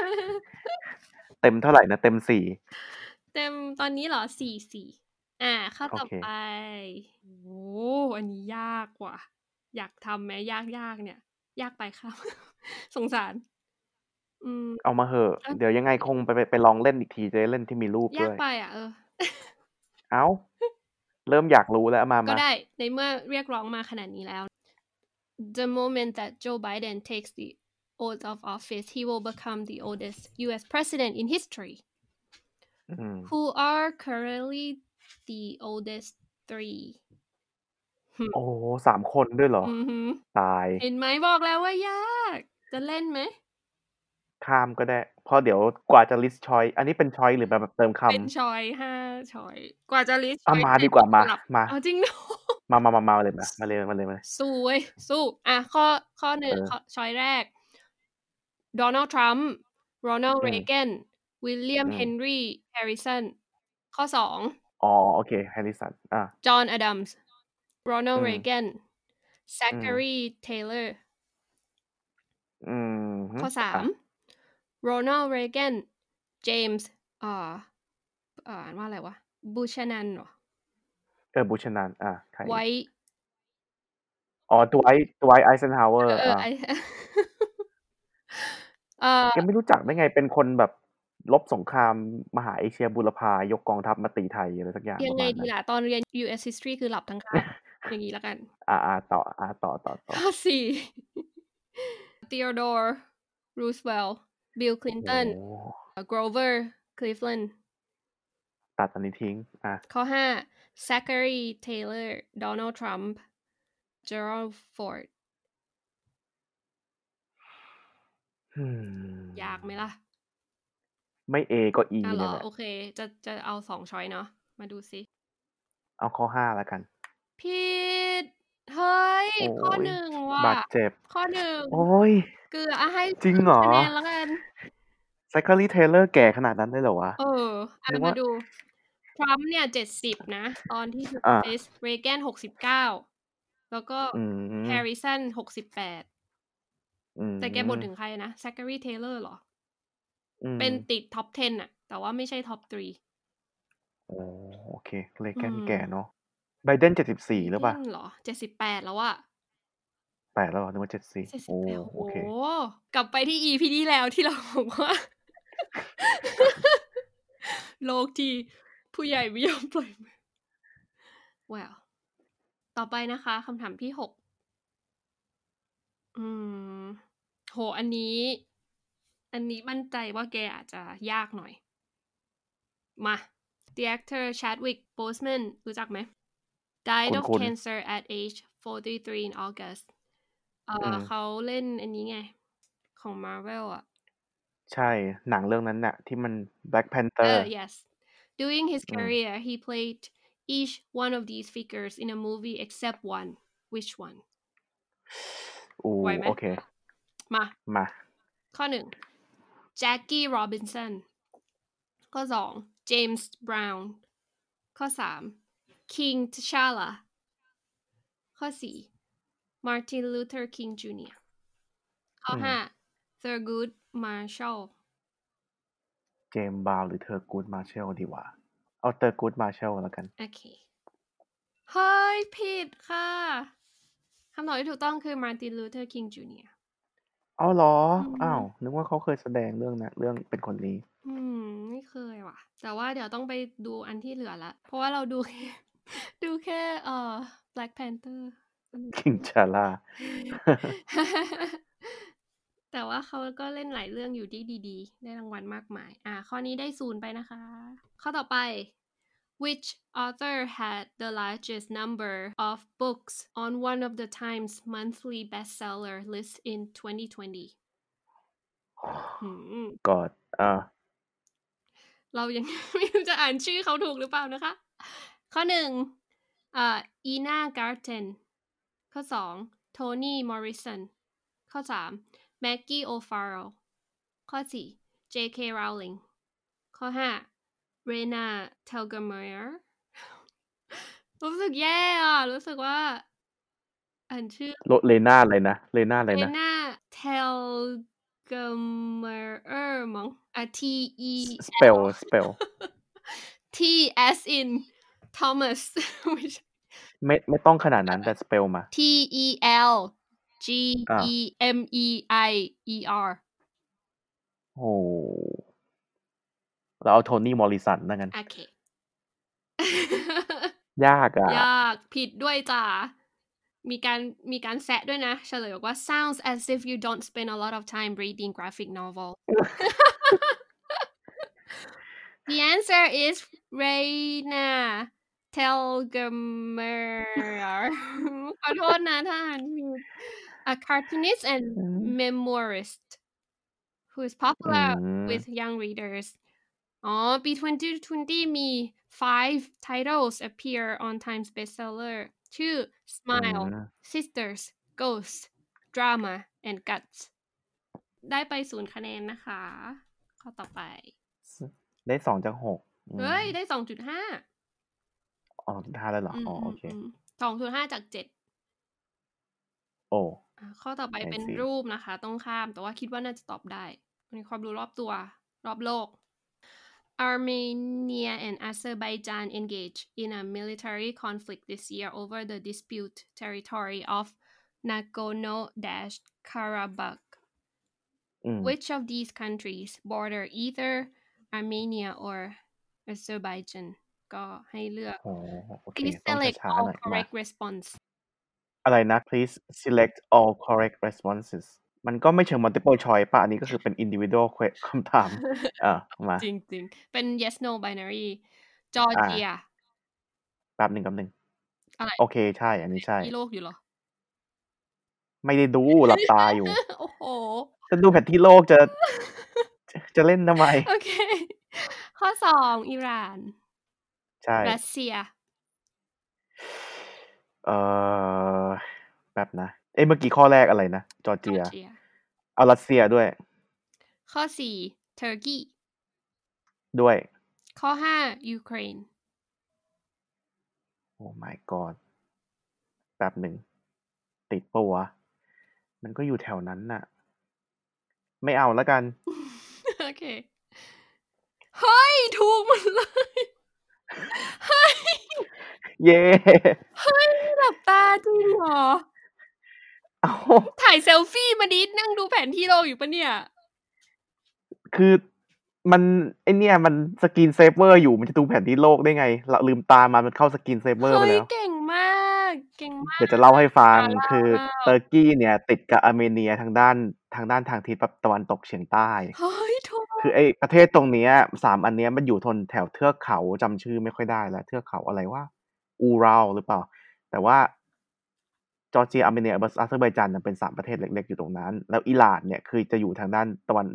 Speaker 3: *laughs*
Speaker 4: เต็มเท่าไหร่นะ เต็มสี่
Speaker 3: เต็มตอนนี้เหรอสี่สี่อ่าข้อต่อ
Speaker 4: โอเค
Speaker 3: ไป โอ้โหอันนี้ยากว่ะ อยากทำไหมยากยากเนี่ย ยากไปครับ *laughs* สงสาร อืม
Speaker 4: เอามาเหอะ
Speaker 3: เอ้ย
Speaker 4: เดี๋ยวยังไงคงไปไปไปลองเล่นอีกทีจะได้เล่นที่มีรูป
Speaker 3: ยา
Speaker 4: ด้
Speaker 3: ก
Speaker 4: วย
Speaker 3: ไปอ่ะเออ *laughs*
Speaker 4: เอ้า เริ่มอยากรู้แล้วมา
Speaker 3: ก็
Speaker 4: มา
Speaker 3: ได้ในเมื่อเรียกร้องมาขนาดนี้แล้ว The moment that Joe Biden takes the oath of office he will become the oldest U.S. president in history
Speaker 4: อืม
Speaker 3: who are currently the oldest three
Speaker 4: โอ้โหสามคนด้วยเหรอ
Speaker 3: อือหือ
Speaker 4: ตาย
Speaker 3: เห็นไหมบอกแล้วว่ายาก จะเล่นไหม
Speaker 4: ข้ามก็ได้ เพราะเดี๋ยวกว่าจะ list ชอยอันนี้เป็นชอยหรือแบบแบบเติมคำ
Speaker 3: เป็นชอยห้าชอย กว่าจะลิส
Speaker 4: อ่ะมาดีกว่ามามา
Speaker 3: เอาจริงเนอะ
Speaker 4: มามามามาเลยมามาเลยมาเลยมาเลย
Speaker 3: สู้เว้ยสู้ อ่ะ ข้อข้อหนึ่ง
Speaker 4: เออ
Speaker 3: ข้อชอยแรกโดนัลด์ทรัมป์โรนัลด์
Speaker 4: อืม
Speaker 3: เรแกนวิลเลียม
Speaker 4: อืม
Speaker 3: เฮนรีแฮริสันข้อสอง
Speaker 4: อ๋อโอเคแฮร์ริสันอ่ะ
Speaker 3: จอห์นอดัมส์โรนัล
Speaker 4: อื
Speaker 3: ด์
Speaker 4: ม
Speaker 3: เรแกน Zachary Taylor
Speaker 4: อืมฮึ
Speaker 3: ข้อสาม
Speaker 4: ะ
Speaker 3: Ronald Reagan James อ่าอ่านว่าอะไรวะ บูชนันเหรอ
Speaker 4: เออบูชนันอ่ะใครอีก
Speaker 3: White
Speaker 4: อ๋อตัวไอตัวไอไอเซนฮาวเวอ
Speaker 3: เอ
Speaker 4: ร์
Speaker 3: อเออ
Speaker 4: อ่ะ
Speaker 3: ไอ *laughs* เออ *laughs*
Speaker 4: แกไม่รู้จักได้ไงเป็นคนแบบลบสงครามมหาเอเชียบุรพายกกองทัพมาตีไทยอะไรสักอย่าง
Speaker 3: ยังไง
Speaker 4: ประมาณ
Speaker 3: ดี
Speaker 4: นั้น
Speaker 3: ล่ะ ตอนเรียน U.S. History คือหลับทั้งคาบ
Speaker 4: *laughs*
Speaker 3: อย่างนี้ละกัน
Speaker 4: อ่าอ่าต่ออ่าต่อต่อต่อ
Speaker 3: ข้อสี่ *laughs* Theodore Roosevelt Bill Clinton
Speaker 4: โอ้
Speaker 3: Grover Cleveland
Speaker 4: ตัดอันนี้ทิ้ง อ่ะ
Speaker 3: ข้อห้า Zachary Taylor Donald Trump Gerald Ford
Speaker 4: อืม
Speaker 3: ยากไหมล่ะ
Speaker 4: ไม่เอก็อี
Speaker 3: อ่ะเหร
Speaker 4: เนี่ย
Speaker 3: อ
Speaker 4: แหละ
Speaker 3: โอเค จะจะเอาสองช้อยเนาะมาดูสิ
Speaker 4: เอาข้อห้าแล้วกัน
Speaker 3: ผิดเฮ้ย
Speaker 4: โอ้
Speaker 3: ข้อย หนึ่งว่ะ
Speaker 4: บาดเจ็บ
Speaker 3: ข้อหนึ่ง
Speaker 4: โอ้ย
Speaker 3: เกืออ่ะให้
Speaker 4: จริงเหรอ
Speaker 3: คะแนนแล้วกัน
Speaker 4: ไซคารีเทเลอร์แก่ขนาดนั้นเลยเหรอวะ
Speaker 3: เอออ่ะ
Speaker 4: นึก
Speaker 3: มา
Speaker 4: ว่า
Speaker 3: ดู ทรัมป์เนี่ยเจ็ดสิบนะ ตอนที่ถูก
Speaker 4: อ่า
Speaker 3: เฟสเรแกนหกสิบเก้าแล้วก็
Speaker 4: อืม
Speaker 3: แฮร์ริสันหกสิบแปด
Speaker 4: อืม
Speaker 3: แต่แกบ่นถึงใครนะแซค c ารีเทเลอร์หรอ
Speaker 4: อืม
Speaker 3: เป็นติดท็อป 10อะแต่ว่าไม่ใช่ท็อป 3
Speaker 4: โอ้โอเคเลแกน
Speaker 3: อืม
Speaker 4: แก่เนาะไบเดนเจ็ดสิบสี่หรือเปล่า
Speaker 3: เหรอเจ็ดสิบแปดแล้วอะ
Speaker 4: แปดแล้วเหรอนึกว่าเจ็ดสี่
Speaker 3: เจ็ดสิบ
Speaker 4: โอ้
Speaker 3: แปดโอ้
Speaker 4: โอเค
Speaker 3: โหกลับไปที่ EP ที่แล้วที่เราบอกว่า *laughs* โลกที่ผู้ใหญ่ไม่ยอมปล่อยมือ well ต่อไปนะคะคำถามที่หกอืม โห อันนี้ อันนี้มั่นใจว่าแกอาจจะยากหน่อย มา The actor Chadwick Boseman รู้จักไหม died of
Speaker 4: คุ้นๆ
Speaker 3: cancer at age 43 in August เอ่ออ
Speaker 4: ม
Speaker 3: เขาเล่นอันนี้ไง ของ Marvel uh, อ่ะ
Speaker 4: ใช่หนังเรื่องนั้นน่ะ ที่มัน Black
Speaker 3: เอ
Speaker 4: Panther
Speaker 3: อ uh, yes during his
Speaker 4: อืม
Speaker 3: career he played each one of these figures in a movie except one which one
Speaker 4: โอ้
Speaker 3: ไหวไหม
Speaker 4: โอเค
Speaker 3: มา
Speaker 4: มา
Speaker 3: ข้อหนึ่ง Jackie Robinson ข้อสอง James Brown ข้อสาม King T'Challa ข้อสี่ Martin Luther King Jr. ข้อ
Speaker 4: อืม
Speaker 3: ห้า Thurgood Marshall
Speaker 4: เจมส์บาวหรือเธอกูดมาเชลดีกว่า เอาเธอกูดมาเชลแล้วกัน
Speaker 3: โอเค เฮ้ย ผิดค่ะ คำตอบที่ถูกต้องคือ Martin Luther King Jr.
Speaker 4: เอาเหรออ
Speaker 3: ม
Speaker 4: อ้าว นึกว่าเขาเคยแสดงเรื่องนะเรื่องเป็นคนนี้ *laughs*
Speaker 3: อืม ไม่เคยว่ะ แต่ว่าเดี๋ยวต้องไปดูอันที่เหลือละ เพราะว่าเราดูแค่ *laughs* ดูแค่เอ่อ Black Panther อืม
Speaker 4: คิงชา
Speaker 3: *laughs*
Speaker 4: ลา
Speaker 3: *laughs* แต่ว่าเขาก็เล่นหลายเรื่องอยู่ที่ดีๆ ได้รางวัลมากมาย อ่า ข้อนี้ได้ศูนย์ไปนะคะ ข้อต่อไป which author had the largest number of books on one of the Times monthly bestseller list in 2020 หืม
Speaker 4: กอดอ่า
Speaker 3: เรายัง *laughs* ไม่รู้จะอ่านชื่อเขาถูกหรือเปล่านะคะ ข้อหนึ่งอ่าอีนาการ์เทนข้อสองโทนี่มอริสันข้อสามแม็กกี้โอฟาร l ข้อสี่ J.K. Rowling ข้อห้าเรนาเทลก m เม r ร์ *laughs* รู้สึกแย่อ่ะ รู้สึกว่า อ่านชื่อ
Speaker 4: โลเลน่าอะไรนะ เลน่าอะไร
Speaker 3: เร
Speaker 4: นะ
Speaker 3: นาเทลก m เม r ร์มั้งอ่ะ T E
Speaker 4: s p e l l spell
Speaker 3: T as in Thomas *laughs* ไม่ใช่
Speaker 4: ไม่ไม่ต้องขนาดนั้นแต่ spell มา
Speaker 3: T E L G E M E I E R
Speaker 4: โอ้เราเอาโทนี่มอริสันนั่นกัน
Speaker 3: โอเค *laughs*
Speaker 4: ยากอ่ะ
Speaker 3: ยากผิดด้วยจ้ามีการมีการแซะด้วยนะ เฉลยบอกว่า sounds as if you don't spend a lot of time reading graphic novel *laughs* the answer is Reina *laughs* Telgemeier ขอโทษนะท่าน a cartoonist and
Speaker 4: *laughs*
Speaker 3: memoirist who is popular
Speaker 4: อืม
Speaker 3: with young readers อ๋อ ปี 2020 มี five titles appear on Times bestseller ชื่อ Smile
Speaker 4: อืม
Speaker 3: Sisters Ghost Drama and Guts ได้ไปศูนย์คะแนนนะคะ ข้อต่อไป
Speaker 4: ได้สองจากหกอืม
Speaker 3: เฮ้ย ได้สองจุดห้า
Speaker 4: อ๋อห้าแล้วเหรอ อ๋ออโอเค
Speaker 3: สองจุดห้าจากเจ็ด
Speaker 8: โอ้
Speaker 3: อ่ะข้อต่อไป
Speaker 8: ไหน
Speaker 3: เป็น
Speaker 8: สิ
Speaker 3: รูปนะคะ ต้องข้ามแต่ว่าคิดว่าน่าจะตอบได้มันมีความรู้รอบตัว รอบโลก Armenia and Azerbaijan engage in a military conflict this year over the dispute territory of Nagorno-Karabakh
Speaker 4: อืม
Speaker 3: which of these countries border either Armenia or Azerbaijan ก็ให้เลือก
Speaker 4: อ๋อโอเค
Speaker 3: Please
Speaker 4: ต้อง
Speaker 3: select
Speaker 4: ช้าๆ
Speaker 3: all
Speaker 4: หน่อยมา
Speaker 3: correct response
Speaker 4: อะไรนะ please select all correct responses มันก็ไม่เชิง multiple choice ป่ะ อันนี้ก็คือเป็น individual que- *laughs* คำ
Speaker 3: *laughs*
Speaker 4: ถาม เออมา
Speaker 3: จริงจริงๆ เป็น yes no binary Georgia
Speaker 4: แป๊บหนึ่งแป๊บหนึ่ง
Speaker 3: อะไร
Speaker 4: โอเคใช่ อันนี้ใช่
Speaker 3: มีโลกอยู่เหรอ
Speaker 4: ไม่ได้ดูหลับตา
Speaker 3: *laughs*
Speaker 4: อยู่
Speaker 3: โอ้โห
Speaker 4: จะดูแผนที่โลกจะ จะจะเล่นทำไม
Speaker 3: โอเค ข้อสองอิหร่าน
Speaker 4: ใช่
Speaker 3: *laughs* รัสเซีย
Speaker 4: เออแป๊บนะ เอ้ยเมื่อกี้ข้อแรกอะไรนะ จอร์
Speaker 3: จอ
Speaker 4: เจีย
Speaker 3: ร์เจีย
Speaker 4: เอารัสเซียด้วย
Speaker 3: ข้อสี่เทอร์กี
Speaker 4: ด้วย
Speaker 3: ข้อห้ายูเครน
Speaker 4: โอ้ my god แป๊บหนึ่ง ติดปะวะ มันก็อยู่แถวนั้นน่ะ ไม่เอาแล้วกัน
Speaker 3: *laughs* โอเค เฮ้ย ถูกหมดเลย *laughs* เฮ้ย
Speaker 4: เย่
Speaker 3: หลับตาจริงเหรอ
Speaker 4: เอา
Speaker 3: ถ่ายเซลฟี่มาดินั่งดูแผนที่โลกอยู่ปะเนี่ย
Speaker 4: คือมันไอเนี่ยมันสกรีนเซฟเวอร์อยู่มันจะดูแผนที่โลกได้ไงเราลืมตามามันเข้าสกรีนเซฟเวอร์ไป
Speaker 3: เฮ้ย
Speaker 4: แล้ว
Speaker 3: เก่งมาก เก่งมาก
Speaker 4: เดี๋ยวจะเล่าให้ฟัง
Speaker 3: อ่าเล่า
Speaker 4: คือ
Speaker 3: เล่า
Speaker 4: เตอร์กี้เนี่ย ติดกับอาร์เมเนียทางด้านทางด้านทางทิศตะวันตกเฉียงใต้
Speaker 3: เฮ้ย ถูก
Speaker 4: คือไอประเทศตรงเนี้ยสามอันเนี้ยมันอยู่ทนแถวเทือกเขาจำชื่อไม่ค่อยได้แล้วเทือกเขาอะไรว่าอูรัลหรือเปล่า แต่ว่าจอร์เจียอาร์เมเนียอาเซอร์ไบจานน่ะเป็นสามประเทศเล็ก ๆ อยู่ตรงนั้น แล้วอิหร่านเนี่ยคือจะอยู่ทางด้านตะวัน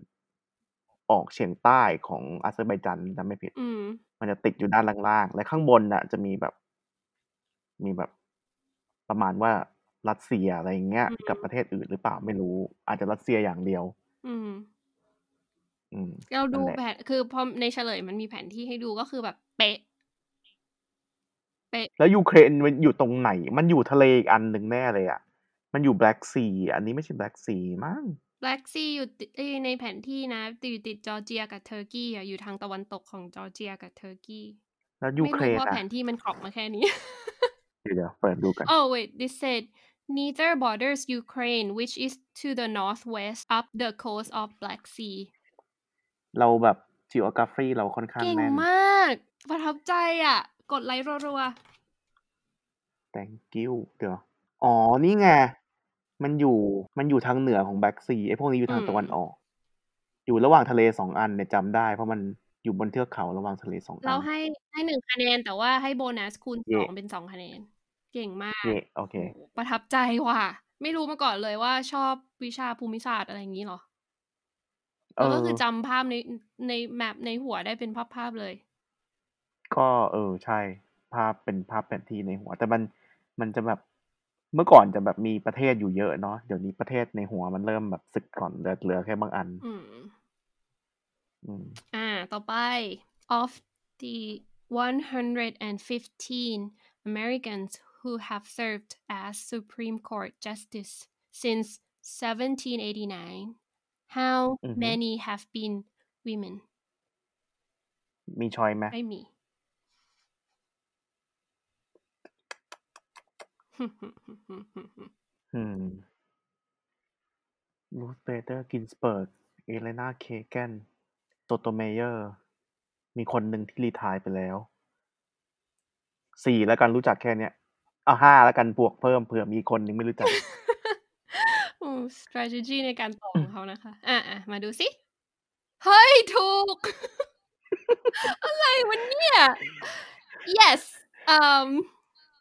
Speaker 4: ออกเฉียงใต้ของอาเซอร์ไบจานจำไม่ผิด
Speaker 3: อืม
Speaker 4: มันจะติดอยู่ด้านล่างๆ และข้างบนน่ะ จะมีแบบ มีแบบ ประมาณว่ารัสเซียอะไรอย่างเงี้ย
Speaker 3: อืม
Speaker 4: กับประเทศอื่นหรือเปล่าไม่รู้ อาจจะรัสเซียอย่างเดียว
Speaker 3: อืม
Speaker 4: อืม
Speaker 3: เราดู
Speaker 4: นั่นแหละ
Speaker 3: แผน คือพอในเฉลยมันมีแผนที่ให้ดูก็คือแบบเป๊ะ เป๊ะ
Speaker 4: แล้วยูเครนมันอยู่ตรงไหน มันอยู่ทะเลอีกอันหนึ่งแน่เลยอ่ะ มันอยู่แบล็กซีอันนี้ไม่ใช่แบล็กซีมั้ง
Speaker 3: Black Sea อยู่ติดเอ้ยในแผนที่นะอยู่ติดจอร์เจียกับเทอร์กีอ่ะอยู่ทางตะวันตกของจอร์เจียกับเทอร์กี
Speaker 4: แล้วยู
Speaker 3: ไม่
Speaker 4: เคร
Speaker 3: รู้
Speaker 4: น
Speaker 3: ว่า
Speaker 4: อ่ะ
Speaker 3: แผนที่มันกรอกมาแค่นี้ *laughs*
Speaker 4: เดี๋ยวเดี๋ยวเปิดดูกัน
Speaker 3: oh wait this said neither borders Ukraine which is to the northwest up the coast of Black Sea
Speaker 4: เราแบบจิโอกราฟีเราค่อนข้าง
Speaker 3: เก่ง
Speaker 4: แน่น
Speaker 3: มาก ประทับใจอ่ะ กดไลค์รัว
Speaker 4: thank you เดี๋ยว อ๋อ นี่ไง มันอยู่ มันอยู่ทางเหนือของแบล็กซีไอ้พวกนี้อยู่ทาง
Speaker 3: อืม
Speaker 4: ตะวันออก อยู่ระหว่างทะเลสองอันเนี่ยจำได้ เพราะมันอยู่บนเทือกเขาระหว่างทะเลสอง
Speaker 3: ๆ
Speaker 4: อั
Speaker 3: เรา
Speaker 4: น
Speaker 3: ให้ให้หนึ่งคะแนนแต่ว่าให้โบนัสคูณส
Speaker 4: เย่
Speaker 3: องเป็นสองคะแนน เก่งมาก
Speaker 4: เย่โอเค
Speaker 3: โอ้ประทับใจว่ะ ไม่รู้มาก่อนเลยว่าชอบวิชาภูมิศาสตร์อะไรอย่างนี้เหรอ
Speaker 4: เอ
Speaker 3: แล้วก็
Speaker 4: อ
Speaker 3: คือจำภาพในในแมปในหัวได้เป็นภาพภาพๆเลย
Speaker 4: ก็เออใช่ ภาพเป็นภาพแผนที่ในหัว แต่มันมันจะแบบเมื่อก่อนจะแบบมีประเทศอยู่เยอะเนาะเดี๋ยวนี้ประเทศในหัวมันเริ่มแบบสึกก่อนเหลือเหลือแค่บางอัน
Speaker 3: อืม
Speaker 4: อืม
Speaker 3: อ่า ต่อไป of the 115 Americans who have served as Supreme Court justice since 1789 how
Speaker 4: อือฮึ
Speaker 3: many have been women
Speaker 4: มีชอยไหม
Speaker 3: ไม่มี
Speaker 4: อืมรูสเบเตอร์กินสเปิร์กเอเลนาเคแกนโตโตเมเยอร์ มีคนหนึ่งที่รีไทายไปแล้วสี่แล้วกันรู้จักแค่เนี้ยเอาห้าแล้วกันบวกเพิ่มเผื่อมีอีกคนหนึงไม่รู้จัก
Speaker 3: *laughs* อืม strategy ในการตอบของเขานะคะ อ่ะอ่ะมาดูสิ เฮ้ย ถูก *laughs* อะไรวันเนี่ย yes เอ่ม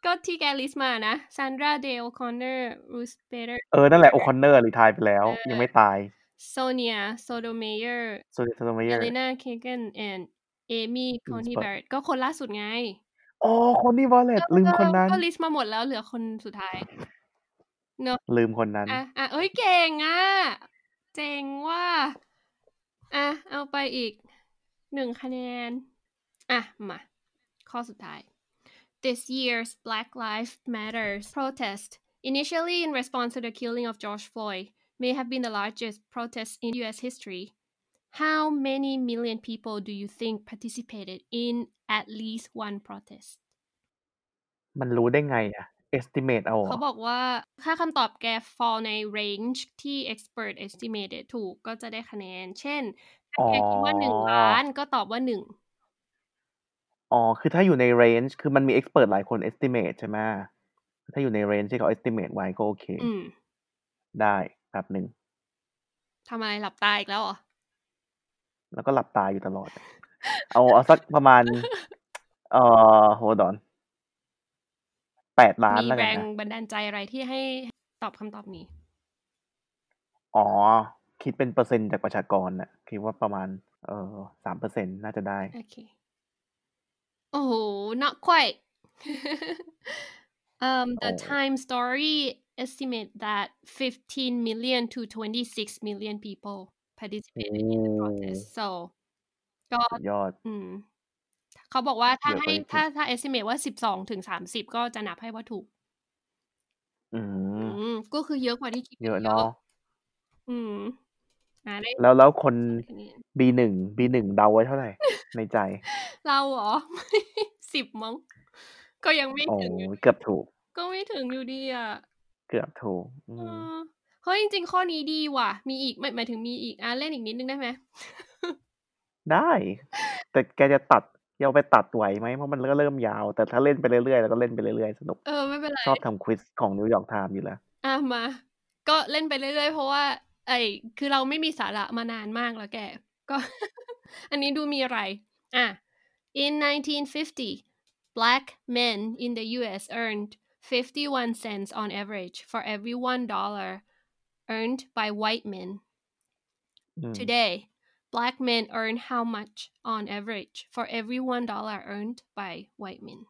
Speaker 3: ก็ที่แกลิสต์มานะ Sandra Day O'Connor Ruth Bader
Speaker 4: เออนั่นแหละโอคอนเนอร์รีไทายไปแล้ว ยังไม่ตาย
Speaker 3: Sonia Sotomayor
Speaker 4: โซเดโตเมเยอร์
Speaker 3: Elena Kagan and Amy Coney
Speaker 4: Ginsburg
Speaker 3: Barrett ก็คนล่าสุดไง
Speaker 4: อ๋อคนที่วอลเล็ตลืมคนนั้น
Speaker 3: ก็ลิสต์มาหมดแล้วเหลือคนสุดท้าย เนอะ
Speaker 4: ลืมคนนั้น
Speaker 3: อ่ะอ่ะเอ้ยเก่งอ่ะ เจ๋งว่า อ่ะ เอาไปอีกหนึ่งคะแนน อ่ะ มา ข้อสุดท้าย This year's Black Lives Matters protest initially in response to the killing of George Floyd, may have been the largest protest in US history. How many million people do you think participated in at least one protest?
Speaker 4: มันรู้ได้ไงอะ estimate เอาเหรอ
Speaker 3: เขาบอกว่าถ้าคำตอบแก fall ใน range ที่ expert estimated ถูกก็จะได้คะแนน เช่นถ้าแกคิดว่าหนึ่งล้านก็ตอบว่าหนึ่ง
Speaker 4: อ๋อ คือถ้าอยู่ใน range คือมันมี expert หลายคน estimate ใช่ไหมถ้าอยู่ใน range ที่เขา estimate ไว้ก็โอเค
Speaker 3: อืม
Speaker 4: ได้แบบหนึ่ง
Speaker 3: ทำอะไรหลับตาอีกแล้วเหรอ
Speaker 4: แล้วก็หลับตาอยู่ตลอด เอาเอาสักประมาณ เอ่อโฮดอนแปดล้าน
Speaker 3: มี
Speaker 4: แล้ว
Speaker 3: แร
Speaker 4: กัน
Speaker 3: ง
Speaker 4: นะ
Speaker 3: บันดาลใจอะไรที่ให้ตอบคำตอบนี้
Speaker 4: อ๋อ คิดเป็นเปอร์เซ็นต์จากประชากรน่ะ คิดว่าประมาณ เออสามเปอร์เซ็นต์น่าจะได้
Speaker 3: โอเค โอ้โห not quite *laughs* um the
Speaker 4: โอ้
Speaker 3: time story estimate that 15 million to 26 million people participated in the protest so ก็
Speaker 4: สุดยอด
Speaker 3: อืม เขาบอกว่าถ้า
Speaker 4: เยอะกว่า
Speaker 3: ให้
Speaker 4: ที่คิด
Speaker 3: ถ้าถ้า estimate ว่า 12ถึง30 ก็จะนับให้ว่าถูก
Speaker 4: อื
Speaker 3: อื
Speaker 4: ม
Speaker 3: ม ก็คือเยอะกว่าที่คิด
Speaker 4: เยอะเนาะ
Speaker 3: อืมอ่าได้
Speaker 4: แล้วแล้วคน
Speaker 3: คะแนน
Speaker 4: B หนึ่ง B หนึ่งเดาไว้เท่าไหร่
Speaker 3: *laughs*
Speaker 4: ในใจ
Speaker 3: เราเหรอ *laughs* สิบมั้ง ก็ยังไม่
Speaker 4: โอ้
Speaker 3: ถึงอยู่
Speaker 4: เกือบถูก
Speaker 3: ก็ไม่ถึงอยู่ดีอ่ะ
Speaker 4: เกือบถูก อื
Speaker 3: เอ
Speaker 4: ม
Speaker 3: อเฮ้ยจริงๆ ข้อนี้ดีว่ะ มีอีกไม่หมายถึงมีอีก อ่ะ เล่นอีกนิดนึงได้ไหม
Speaker 4: ได้ แต่แกจะตัดจะเอาไปตัดไหวไหมเพราะมันก็เริ่มยาว แต่ถ้าเล่นไปเรื่อยๆ แล้วก็เล่นไปเรื่อยๆ สนุก
Speaker 3: เออ ไม่เป็นไร
Speaker 4: ชอบทำควิสของนิวยอร์กไทม์อยู่แล้ว
Speaker 3: อ่ะมา ก็เล่นไปเรื่อยๆ เพราะว่า ไอ้คือเราไม่มีสาระมานานมากแล้วแก ก็ *laughs* อันนี้ดูมีอะไร อ่ะ in 1950 black men in the U.S. earned 51 cents on average for every one dollar earned by white men
Speaker 4: อืม
Speaker 3: today black men earn how much on average for every one dollar earned by white men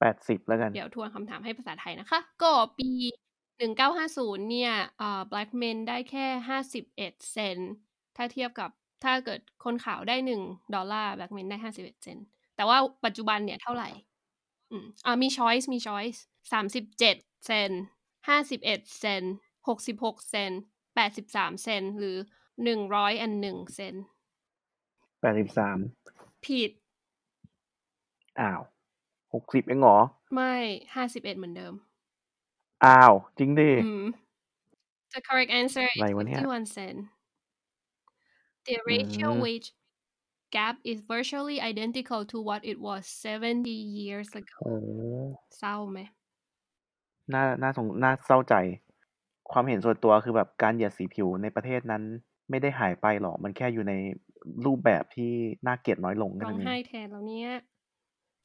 Speaker 4: แปดสิบแล้วกัน
Speaker 3: เดี๋ยวทวนคำถามให้ภาษาไทยนะคะ ก็ปี 1950 เนี่ยเอ่อ black men ได้แค่ 51 เซนต์ถ้าเทียบกับถ้าเกิดคนขาวได้ 1 ดอลลาร์ black men ได้ 51 เซนต์แต่ว่าปัจจุบันเนี่ยเท่าไหร่ อืมอ่ามี choice มี choice 37 เซนต์51 เซนต์66 เซนต์83 เซนต์หรือ 101 เซนต์
Speaker 4: แปดสิบสาม
Speaker 3: ผิด
Speaker 4: อ้าวหกสิบเองเหรอ
Speaker 3: ไม่ 51 เหมือนเดิม
Speaker 4: อ้าว จริงดิ *laughs*
Speaker 3: Mm. The correct answer is
Speaker 4: อะไรวะเนี่ย
Speaker 3: 51 cent. The racial
Speaker 4: อืม
Speaker 3: wage gap is virtually identical to what it was 70 years ago.
Speaker 4: โอ้
Speaker 3: เศร้าไหม
Speaker 4: น่า น่าสงน่าเศร้าใจ ความเห็นส่วนตัวคือแบบการเหยียดสีผิวในประเทศนั้น ไม่ได้หายไปหรอก มันแค่อยู่ในรูปแบบที่น่าเกลียดน้อยลงแค่
Speaker 3: ร้อ
Speaker 4: นั้
Speaker 3: ง
Speaker 4: นเอ
Speaker 3: ไห้
Speaker 4: ง
Speaker 3: แทนแล้วเนี้ย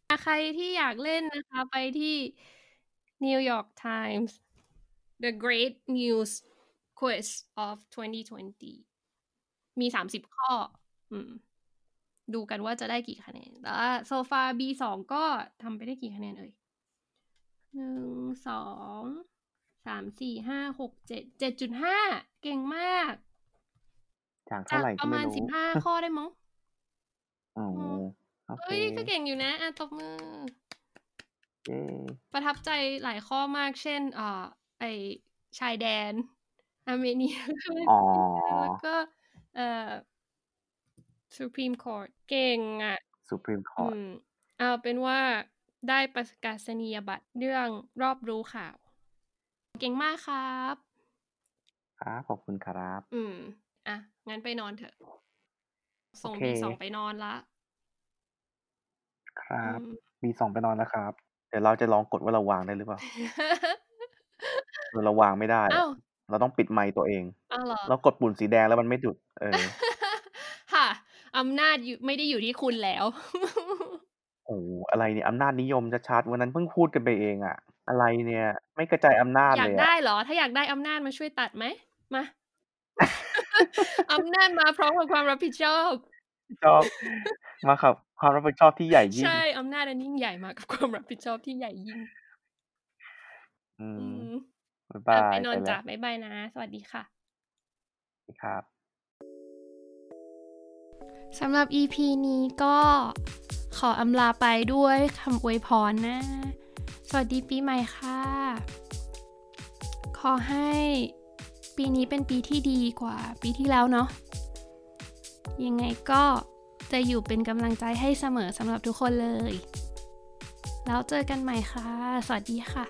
Speaker 3: อ่ะใครที่อยากเล่นนะคะ ไปที่ New York Times The Great News Quiz of 2020 มี 30 ข้อ อืม ดูกันว่าจะได้กี่คะแนน แต่ว่าโซฟา B2 ก็ทำไปได้กี่คะแนนเอ่ยหนึ่งสองสามสี่ห้าหกเจ็ดเจ็ดจุดห้าเก่งมาก
Speaker 4: จาก
Speaker 3: จา
Speaker 4: เท่ากไหร่
Speaker 3: ป
Speaker 4: ก็
Speaker 3: ระ
Speaker 4: ไม่
Speaker 3: มาณ
Speaker 4: รู้
Speaker 3: สิบ
Speaker 4: *laughs*
Speaker 3: ห้าข้อได้มั้ง
Speaker 4: อ๋อโอเค
Speaker 3: เอ้ยก็เก่งอยู่นะอ่ะตบมือ
Speaker 4: เย้
Speaker 3: ประทับใจหลายข้อมาก เช่นเอ่อไอชายแดนอาร์เมเนีย *laughs*
Speaker 4: อ๋อ
Speaker 3: แล้วก็เอ่อ Supreme Court เก่งอ่ะ
Speaker 4: Supreme
Speaker 3: อื
Speaker 4: Court
Speaker 3: ม เอาเป็นว่าได้ประกาศนียบัตรเรื่องรอบรู้ข่าว เก่งมากครับ
Speaker 4: ครับขอบคุณครับ
Speaker 3: อืม อ่ะ งั้นไปนอนเถอะ ส่ง
Speaker 4: โอเค
Speaker 3: บีสองไปนอนละ
Speaker 4: ครับ
Speaker 3: อืม
Speaker 4: มีสองไปนอนแล้วครับ เดี๋ยวเราจะลองกดว่าเราวางได้หรือเปล่าเออเราวางไม่ได้อะ
Speaker 3: *laughs* อ้าว
Speaker 4: เราต้องปิดไมค์ตัวเอง
Speaker 3: อ้าวเหรอ *laughs*
Speaker 4: เรากดปุ่มสีแดงแล้วมันไม่หยุด เออ
Speaker 3: ค่ะอำนาจอยู่ไม่ได้อยู่ที่คุณแล้ว
Speaker 4: โอ้โหอะไรเนี่ยอำนาจนิยมจะชัดวันนั้นเพิ่งพูดกันไปเองอะอะไรเนี่ย ไม่กระจายอำนาจ
Speaker 3: อยา
Speaker 4: เล
Speaker 3: ก
Speaker 4: ย
Speaker 3: ได้
Speaker 4: อะ
Speaker 3: เหรอ ถ้าอยากได้อำนาจมาช่วยตัดไหม มา *laughs* อำนาจมาพร้อมกับความรับผิดชอบ
Speaker 4: ชอบ *laughs* มาครับ ความรับผิดชอบที่ใหญ่ยิ่ง
Speaker 3: ใช่อำนาจอันยิ่งใหญ่มากับความรับผิดชอบที่ใหญ่ยิ่ง
Speaker 4: อื
Speaker 3: อื
Speaker 4: ม
Speaker 3: ม
Speaker 4: บ๊าย
Speaker 3: อ่ะ
Speaker 4: บาย
Speaker 3: ไปนอน
Speaker 4: แล้
Speaker 3: จ้ะ
Speaker 4: ว
Speaker 3: บ๊ายบายนะ สวัสดีค่ะ
Speaker 4: ครับ
Speaker 9: สำหรับ EP นี้ก็ขออำลาไปด้วยคำอวยพรนะ
Speaker 3: สวัสดีปีใหม่ค่ะ ขอให้ปีนี้เป็นปีที่ดีกว่าปีที่แล้วเนาะ ยังไงก็จะอยู่เป็นกำลังใจให้เสมอสำหรับทุกคนเลย แล้วเจอกันใหม่ค่ะ สวัสดีค่ะ